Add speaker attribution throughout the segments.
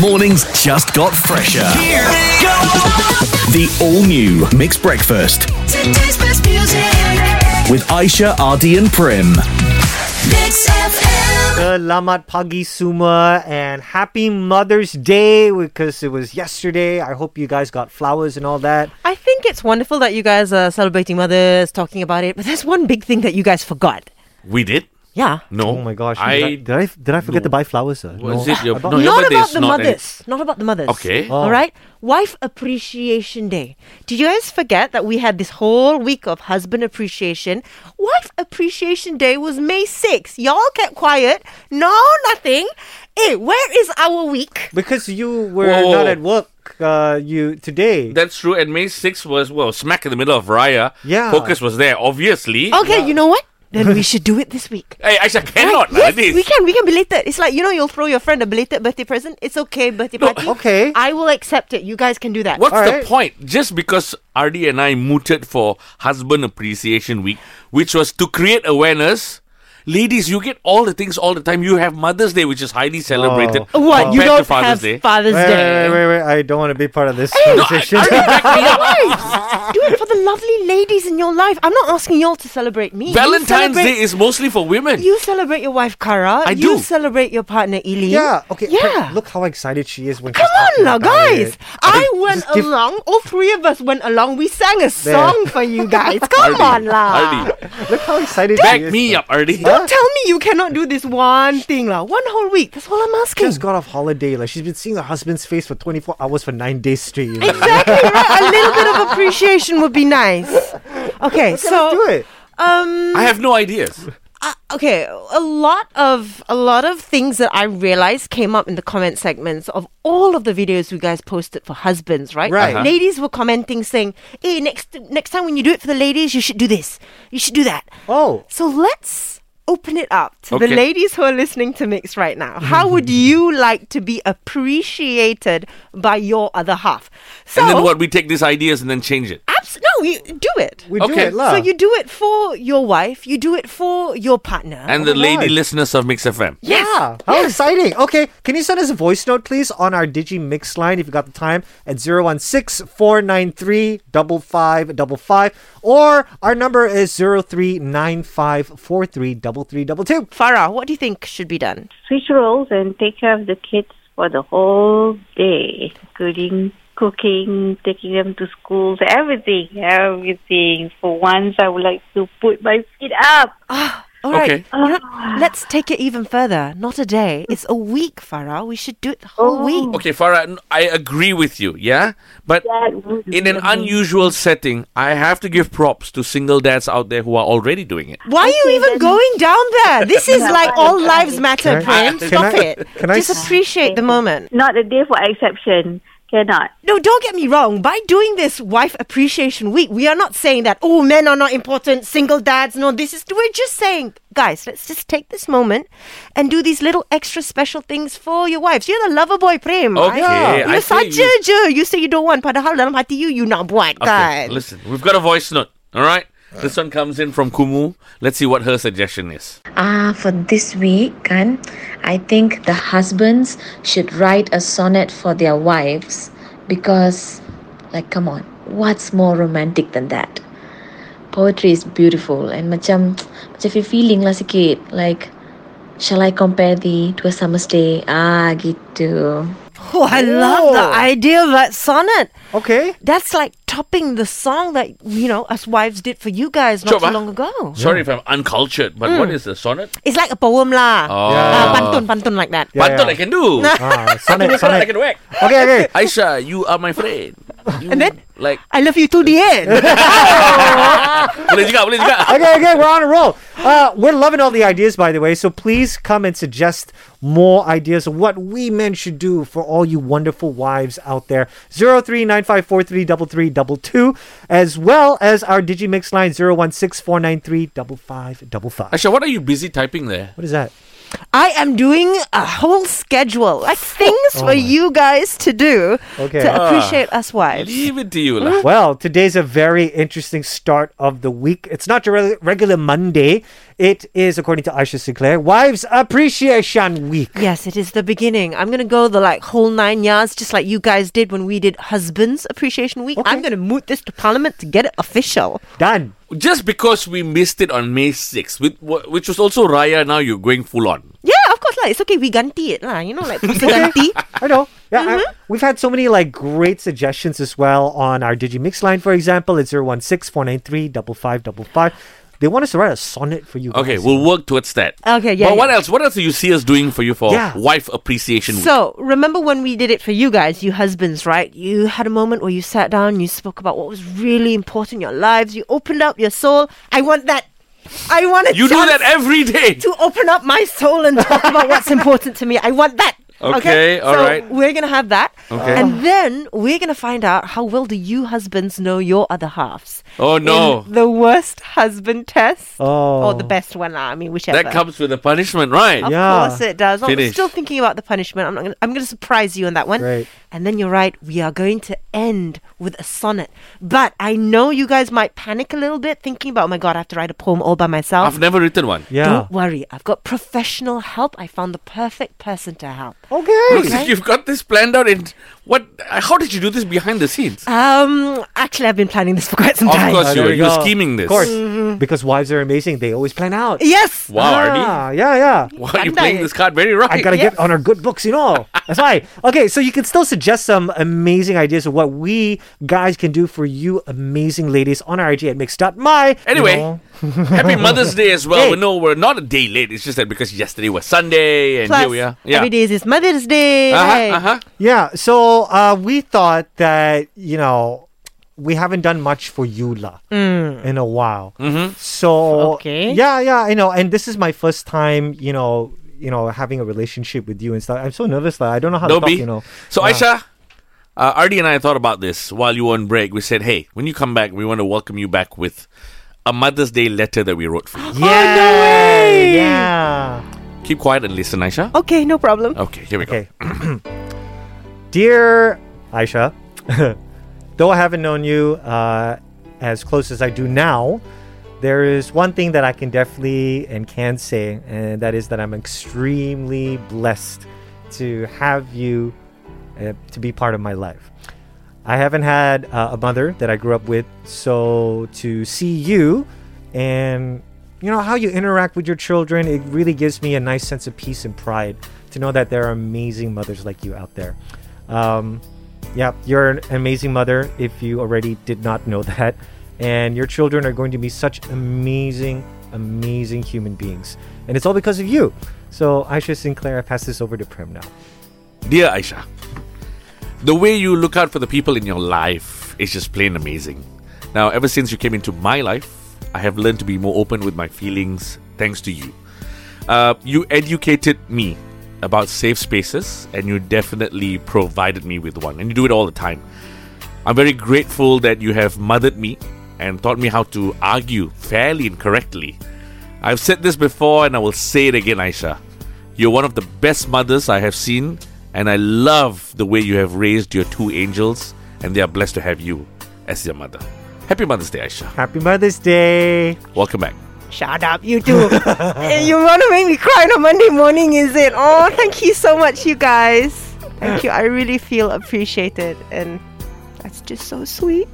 Speaker 1: Mornings just got fresher. The all new Mixed Breakfast
Speaker 2: Today's best music.
Speaker 1: with Aisha, Ardy, and Prim.
Speaker 2: Mix FM.
Speaker 3: Selamat pagi suma and happy Mother's Day because it was yesterday. I hope you guys got flowers and all that.
Speaker 4: I think it's wonderful that you guys are celebrating mothers, talking about it, but there's one big thing that you guys forgot.
Speaker 5: We did?
Speaker 4: Yeah.
Speaker 5: No.
Speaker 3: Oh my gosh!
Speaker 5: I
Speaker 3: did I, did I, did I forget to buy flowers? Uh?
Speaker 5: was it your, no,
Speaker 3: bought-
Speaker 5: your
Speaker 4: not
Speaker 5: birthday
Speaker 4: about
Speaker 5: is
Speaker 4: the
Speaker 5: not
Speaker 4: mothers. Not about the mothers.
Speaker 5: Okay.
Speaker 4: All right. Wife Appreciation Day. Did you guys forget that we had this whole week of husband appreciation? Wife Appreciation Day was May 6th. Y'all kept quiet. No, nothing. Hey, where is our week?
Speaker 3: Because you were
Speaker 5: Whoa.
Speaker 3: not at work. Uh, you today.
Speaker 5: Any, that's true. And May 6th was, well, smack in the middle of Raya.
Speaker 3: Yeah.
Speaker 5: Focus was there, obviously.
Speaker 4: Okay, you know what? Then we should do it this week.
Speaker 5: Hey, Aisha, cannot
Speaker 4: Oh. Right?
Speaker 5: like this.
Speaker 4: Yes, we can. We can be belated. It's like you know, you'll throw your friend a belated birthday present. It's okay, birthday party.
Speaker 3: okay.
Speaker 4: I will accept it. You guys can do that.
Speaker 5: What's
Speaker 3: All right.
Speaker 5: the point? Just because Ardi and I mooted for Husband Appreciation Week, which was to create awareness. Ladies, you get all the things all the time. You have Mother's Day, which is highly celebrated.
Speaker 3: Oh.
Speaker 4: What you
Speaker 5: compared
Speaker 4: don't
Speaker 5: to Oh, Father's
Speaker 4: have
Speaker 5: Day.
Speaker 4: Father's
Speaker 3: Wait, wait,
Speaker 4: Day.
Speaker 3: wait, wait! I don't want to be part of this
Speaker 5: No, I,
Speaker 3: conversation.
Speaker 5: Ardi, back me up.
Speaker 4: Guys, do it for the lovely ladies in your life. I'm not asking y'all to celebrate me. You
Speaker 5: Valentine's
Speaker 4: celebrate-
Speaker 5: Day is mostly for women.
Speaker 4: You celebrate your wife, Kara.
Speaker 5: I
Speaker 4: you
Speaker 5: do.
Speaker 4: celebrate your partner, Ili.
Speaker 3: yeah. Okay. but
Speaker 4: Yeah.
Speaker 3: Look how excited she is when.
Speaker 4: Come
Speaker 3: she's talking
Speaker 4: on, now,
Speaker 3: about
Speaker 4: guys.
Speaker 3: it.
Speaker 4: I went
Speaker 3: just give-
Speaker 4: along. All three of us went along. We sang a song for you guys. Come on,
Speaker 5: Ardi,
Speaker 4: lah.
Speaker 5: Ardi,
Speaker 3: Look how excited she
Speaker 5: back
Speaker 3: is.
Speaker 5: me up, Ardi.
Speaker 4: Don't tell me you cannot do this one thing, lah. One whole week. That's all I'm asking.
Speaker 3: Just got off holiday. Like she's been seeing her husband's face for 24 hours for nine days straight. you know?
Speaker 4: Exactly right. A little bit of appreciation would be nice. Okay, so
Speaker 3: Let's do it.
Speaker 4: um,
Speaker 5: I have no ideas.
Speaker 4: uh, okay, a lot of a lot of things that I realized came up in the comment segments of all of the videos you guys posted for husbands, right?
Speaker 3: Right. Uh-huh.
Speaker 4: Ladies were commenting saying, "Hey, next next time when you do it for the ladies, you should do this. You should do that."
Speaker 3: Oh.
Speaker 4: So let's open it up to the
Speaker 5: Okay.
Speaker 4: ladies who are listening to Mix right now. How would you like to be appreciated by your other half? So
Speaker 5: and then what? We take these ideas and then change it.
Speaker 4: Abs- no, you do it.
Speaker 3: We do
Speaker 5: Okay.
Speaker 3: it, love.
Speaker 4: So you do it for your wife. You do it for your partner.
Speaker 5: And the
Speaker 3: my
Speaker 5: lady
Speaker 3: God.
Speaker 5: listeners of Mix FM.
Speaker 4: yes.
Speaker 3: Yeah, Ah, how exciting. Okay, can you send us a voice note, please, on our Digi Mix line if you got the time at 016 493 5555 or our number is 0395 433322.
Speaker 4: Farah, what do you think should be done?
Speaker 6: switch roles and take care of the kids for the whole day, including cooking, taking them to schools, everything, everything. For once, I would like to put my feet up.
Speaker 4: All right.
Speaker 5: Okay.
Speaker 4: you know, let's take it even further. Not a day. It's a week, Farah. We should do it the whole
Speaker 3: Oh.
Speaker 4: week.
Speaker 5: Okay, Farah, n- I agree with you, yeah? But
Speaker 6: That would
Speaker 5: in an
Speaker 6: be
Speaker 5: unusual setting, I have to give props to single dads out there who are already doing it.
Speaker 4: Why are you
Speaker 6: Okay,
Speaker 4: even
Speaker 6: then-
Speaker 4: going down there? This is like all lives matter,
Speaker 3: Can I-
Speaker 4: Prim.
Speaker 3: can
Speaker 4: Stop
Speaker 3: I-
Speaker 4: it.
Speaker 3: can I
Speaker 4: Just
Speaker 3: s-
Speaker 4: appreciate the moment.
Speaker 6: Not a day for exception. Cannot.
Speaker 4: No, don't get me wrong. By doing this Wife Appreciation Week, we are not saying that, oh, men are not important, single dads, no, this is. We're just saying, guys, let's just take this moment and do these little extra special things for your wives. You're the lover boy, Prem.
Speaker 5: Okay,
Speaker 4: I-
Speaker 5: I
Speaker 4: You're
Speaker 5: see
Speaker 4: saja je. You say you don't want, padahal dalam hati you, you nak buat, kan?
Speaker 5: Okay, listen, we've got a voice note, all right? This one comes in from Kumu. Let's see what her suggestion is.
Speaker 7: Ah, for this week, kan, I think the husbands should write a sonnet for their wives because, like, come on, what's more romantic than that? Poetry is beautiful and macam, macam feel feeling lah sikit. Like, shall I compare thee to a summer's day? Ah, gitu.
Speaker 4: Oh, I love the idea of that sonnet.
Speaker 3: Okay,
Speaker 4: That's like topping the song that, you know, us wives did for you guys not
Speaker 5: Sure,
Speaker 4: too
Speaker 5: ma.
Speaker 4: long ago.
Speaker 5: Sorry if I'm uncultured, but what is the sonnet?
Speaker 4: It's like a poem lah.
Speaker 5: Oh.
Speaker 4: Uh, pantun, pantun like that.
Speaker 3: Yeah,
Speaker 5: Pantun
Speaker 3: yeah.
Speaker 5: I can do.
Speaker 3: Ah,
Speaker 5: Pantun
Speaker 3: sonnet,
Speaker 5: I
Speaker 3: sonnet.
Speaker 5: can whack.
Speaker 3: Okay, okay.
Speaker 5: Aisha, you are my friend. and
Speaker 4: then?
Speaker 5: Like,
Speaker 4: I love you till the end.
Speaker 5: boleh juga, boleh juga.
Speaker 3: okay, okay, we're on a roll. Uh, we're loving all the ideas, by the way. So please come and suggest more ideas of what we men should do for all you wonderful wives out there. Zero three nine five four three double three double two, as well as our Digimix line zero one six four nine three double five double five.
Speaker 5: Aisha, what are you busy typing there?
Speaker 3: What is that?
Speaker 4: I am doing a whole schedule, like things for you guys to do
Speaker 3: Okay.
Speaker 4: to
Speaker 3: Ah.
Speaker 4: appreciate us wives.
Speaker 5: Leave it to you. lah.
Speaker 3: Well, today's a very interesting start of the week. It's not your reg- regular Monday. It is, according to Aisha Sinclair, Wives Appreciation Week.
Speaker 4: Yes, it is the beginning. I'm gonna go the like whole nine yards, just like you guys did when we did Husbands Appreciation Week. I'm gonna moot this to Parliament to get it official.
Speaker 3: Done.
Speaker 5: Just because we missed it on May 6th, with, wh- which was also Raya, now you're going full on.
Speaker 4: Yeah, of course, like it's okay. We ganti it, lah. You know, like pussy ganti.
Speaker 3: I know. Yeah, I- we've had so many like great suggestions as well on our Digimix line, for example. It's 016 493 5555. They want us to write a sonnet for you guys.
Speaker 5: Okay, we'll work towards that.
Speaker 4: Oh, Okay, yeah,
Speaker 5: But what
Speaker 4: yeah.
Speaker 5: else? What else do you see us doing for you for
Speaker 3: Yeah.
Speaker 5: Wife Appreciation Week?
Speaker 4: So remember when we did it for you guys, you husbands, right? You had a moment where you sat down, you spoke about what was really important in your lives. You opened up your soul. I want that. I want a
Speaker 5: You do
Speaker 4: chance
Speaker 5: that every day.
Speaker 4: to open up my soul and talk about what's important to me. I want that.
Speaker 5: Okay, all
Speaker 4: so
Speaker 5: right.
Speaker 4: We're gonna have that,
Speaker 5: Okay.
Speaker 4: and then we're gonna find out how well do you husbands know your other halves.
Speaker 5: Oh no.
Speaker 4: In the worst husband test,
Speaker 3: Oh.
Speaker 4: or the best one? lah. I mean, whichever.
Speaker 5: That comes with a punishment, right?
Speaker 4: Of
Speaker 3: Yeah.
Speaker 4: course it does. I'm
Speaker 5: Finish.
Speaker 4: still thinking about the punishment. I'm not gonna, I'm going to surprise you on that one.
Speaker 3: Great.
Speaker 4: And then you're right. We are going to end with a sonnet. But I know you guys might panic a little bit thinking about, oh my God, I have to write a poem all by myself.
Speaker 5: I've never written one.
Speaker 3: Yeah.
Speaker 4: Don't worry. I've got professional help. I found the perfect person to help.
Speaker 5: Looks
Speaker 3: Okay.
Speaker 5: like you've got this planned out. And what? How did you do this behind the scenes?
Speaker 4: Um, actually, I've been planning this for quite some
Speaker 5: Of
Speaker 4: time.
Speaker 5: course,
Speaker 3: Uh, there
Speaker 5: you're,
Speaker 3: we
Speaker 5: you're
Speaker 3: go.
Speaker 5: scheming
Speaker 3: Of
Speaker 5: this.
Speaker 3: course. Because wives are amazing. They always plan out.
Speaker 4: Yes.
Speaker 5: Wow, Arnie.
Speaker 4: uh,
Speaker 3: Ah, yeah, yeah.
Speaker 5: Wow, you're
Speaker 4: Bandai.
Speaker 5: playing this card very right.
Speaker 3: I gotta
Speaker 4: Yep.
Speaker 3: get on our good books, you know. That's why. Okay, so you can still suggest some amazing ideas of what we guys can do for you, amazing ladies, on our IG at mix.my.
Speaker 5: Anyway,
Speaker 3: You know,
Speaker 5: happy Mother's Day as well.
Speaker 3: Hey.
Speaker 5: We know we're not a day late. It's just that because yesterday was Sunday and
Speaker 4: Plus,
Speaker 5: here we are. Yeah.
Speaker 4: every day is Mother's Day. Hey.
Speaker 5: Uh-huh, uh-huh.
Speaker 3: yeah. So uh, we thought that you know we haven't done much for Yula in a while. Mm-hmm. So
Speaker 4: Okay.
Speaker 3: yeah, yeah, I know. And this is my first time, you know, you know, having a relationship with you and stuff. I'm so nervous that I don't know how to
Speaker 5: Dobby.
Speaker 3: talk. You know.
Speaker 5: So,
Speaker 3: Yeah.
Speaker 5: Aisha, uh, Ardi and I thought about this while you were on break. We said, hey, when you come back, we want to welcome you back with a Mother's Day letter that we wrote for you.
Speaker 3: Yeah. Yeah.
Speaker 5: Keep quiet and listen, Aisha.
Speaker 4: Okay, no problem.
Speaker 5: Okay, here we go.
Speaker 3: Okay. Dear Aisha, though I haven't known you uh, as close as I do now, there is one thing that I can definitely and can say, and that is that I'm extremely blessed to have you uh, to be part of my life. I haven't had uh, a mother that I grew up with, so to see you and you know how you interact with your children, it really gives me a nice sense of peace and pride to know that there are amazing mothers like you out there. Um, yeah, you're an amazing mother if you already did not know that, and your children are going to be such amazing, amazing human beings, and it's all because of you. So Aisha Sinclair, I pass this over to Prem now.
Speaker 5: Dear Aisha, the way you look out for the people in your life is just plain amazing. Now, ever since you came into my life, I have learned to be more open with my feelings thanks to you. Uh, you educated me about safe spaces, and you definitely provided me with one, and you do it all the time. I'm very grateful that you have mothered me and taught me how to argue fairly and correctly. I've said this before and I will say it again, Aisha. You're one of the best mothers I have seen, and I love the way you have raised your two angels, and they are blessed to have you as their mother. Happy Mother's Day, Aisha.
Speaker 3: Happy Mother's Day!
Speaker 5: Welcome back.
Speaker 4: Shut up, you two. And you want to make me cry on a Monday morning, is it? Oh, thank you so much, you guys. Thank you. I really feel appreciated. And that's just so sweet.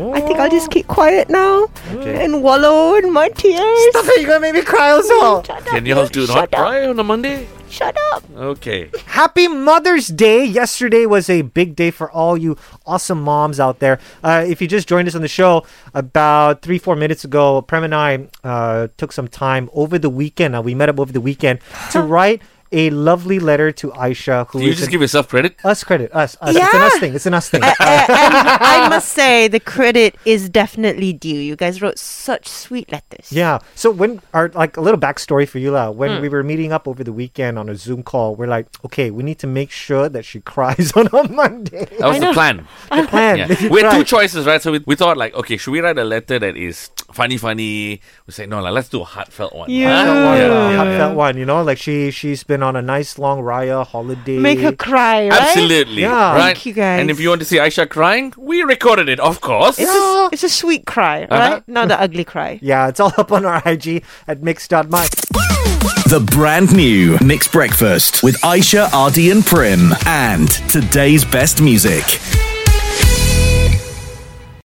Speaker 4: I think I'll just keep quiet now and wallow in my tears.
Speaker 3: Stop it! You're gonna make me cry also.
Speaker 4: Shut up.
Speaker 5: Can y'all do not
Speaker 4: Shut up.
Speaker 5: cry on a Monday?
Speaker 4: Shut up.
Speaker 5: Okay.
Speaker 3: Happy Mother's Day! Yesterday was a big day for all you awesome moms out there. Uh, if you just joined us on the show about three, four minutes ago, Prem and I uh, took some time over the weekend. Uh, we met up over the weekend to write a lovely letter to Aisha, who
Speaker 5: Do you
Speaker 3: is
Speaker 5: just
Speaker 3: an-
Speaker 5: give yourself credit?
Speaker 3: us credit. Us, us. It's an
Speaker 4: Yeah.
Speaker 3: us thing. It's an us thing.
Speaker 4: and I must say, the credit is definitely due. You guys wrote such sweet letters.
Speaker 3: Yeah. So when our like a little backstory for you, La, when we were meeting up over the weekend on a Zoom call, we're like, okay, we need to make sure that she cries on a Monday.
Speaker 5: That was the plan.
Speaker 3: Plan.
Speaker 5: Yeah. We had two choices, right? So we, we thought, like, okay, should we write a letter that is funny, funny. We say, no, lah, let's do a heartfelt one.
Speaker 4: Yeah.
Speaker 3: Heartfelt one,
Speaker 5: Yeah,
Speaker 3: uh,
Speaker 5: yeah,
Speaker 3: heartfelt
Speaker 5: yeah.
Speaker 3: one, you know, like she she's been on a nice long Raya holiday.
Speaker 4: Make her cry, right?
Speaker 5: Absolutely.
Speaker 3: Yeah.
Speaker 5: Right?
Speaker 4: Thank you, guys.
Speaker 5: And if you want to see Aisha crying, we recorded it, of course.
Speaker 4: It's a, it's a sweet cry,
Speaker 3: Uh-huh.
Speaker 4: right? Not the ugly cry.
Speaker 3: Yeah, it's all up on our IG at mix.my.
Speaker 1: The brand new Mixed Breakfast with Aisha, Ardy, and Prim. And today's best music.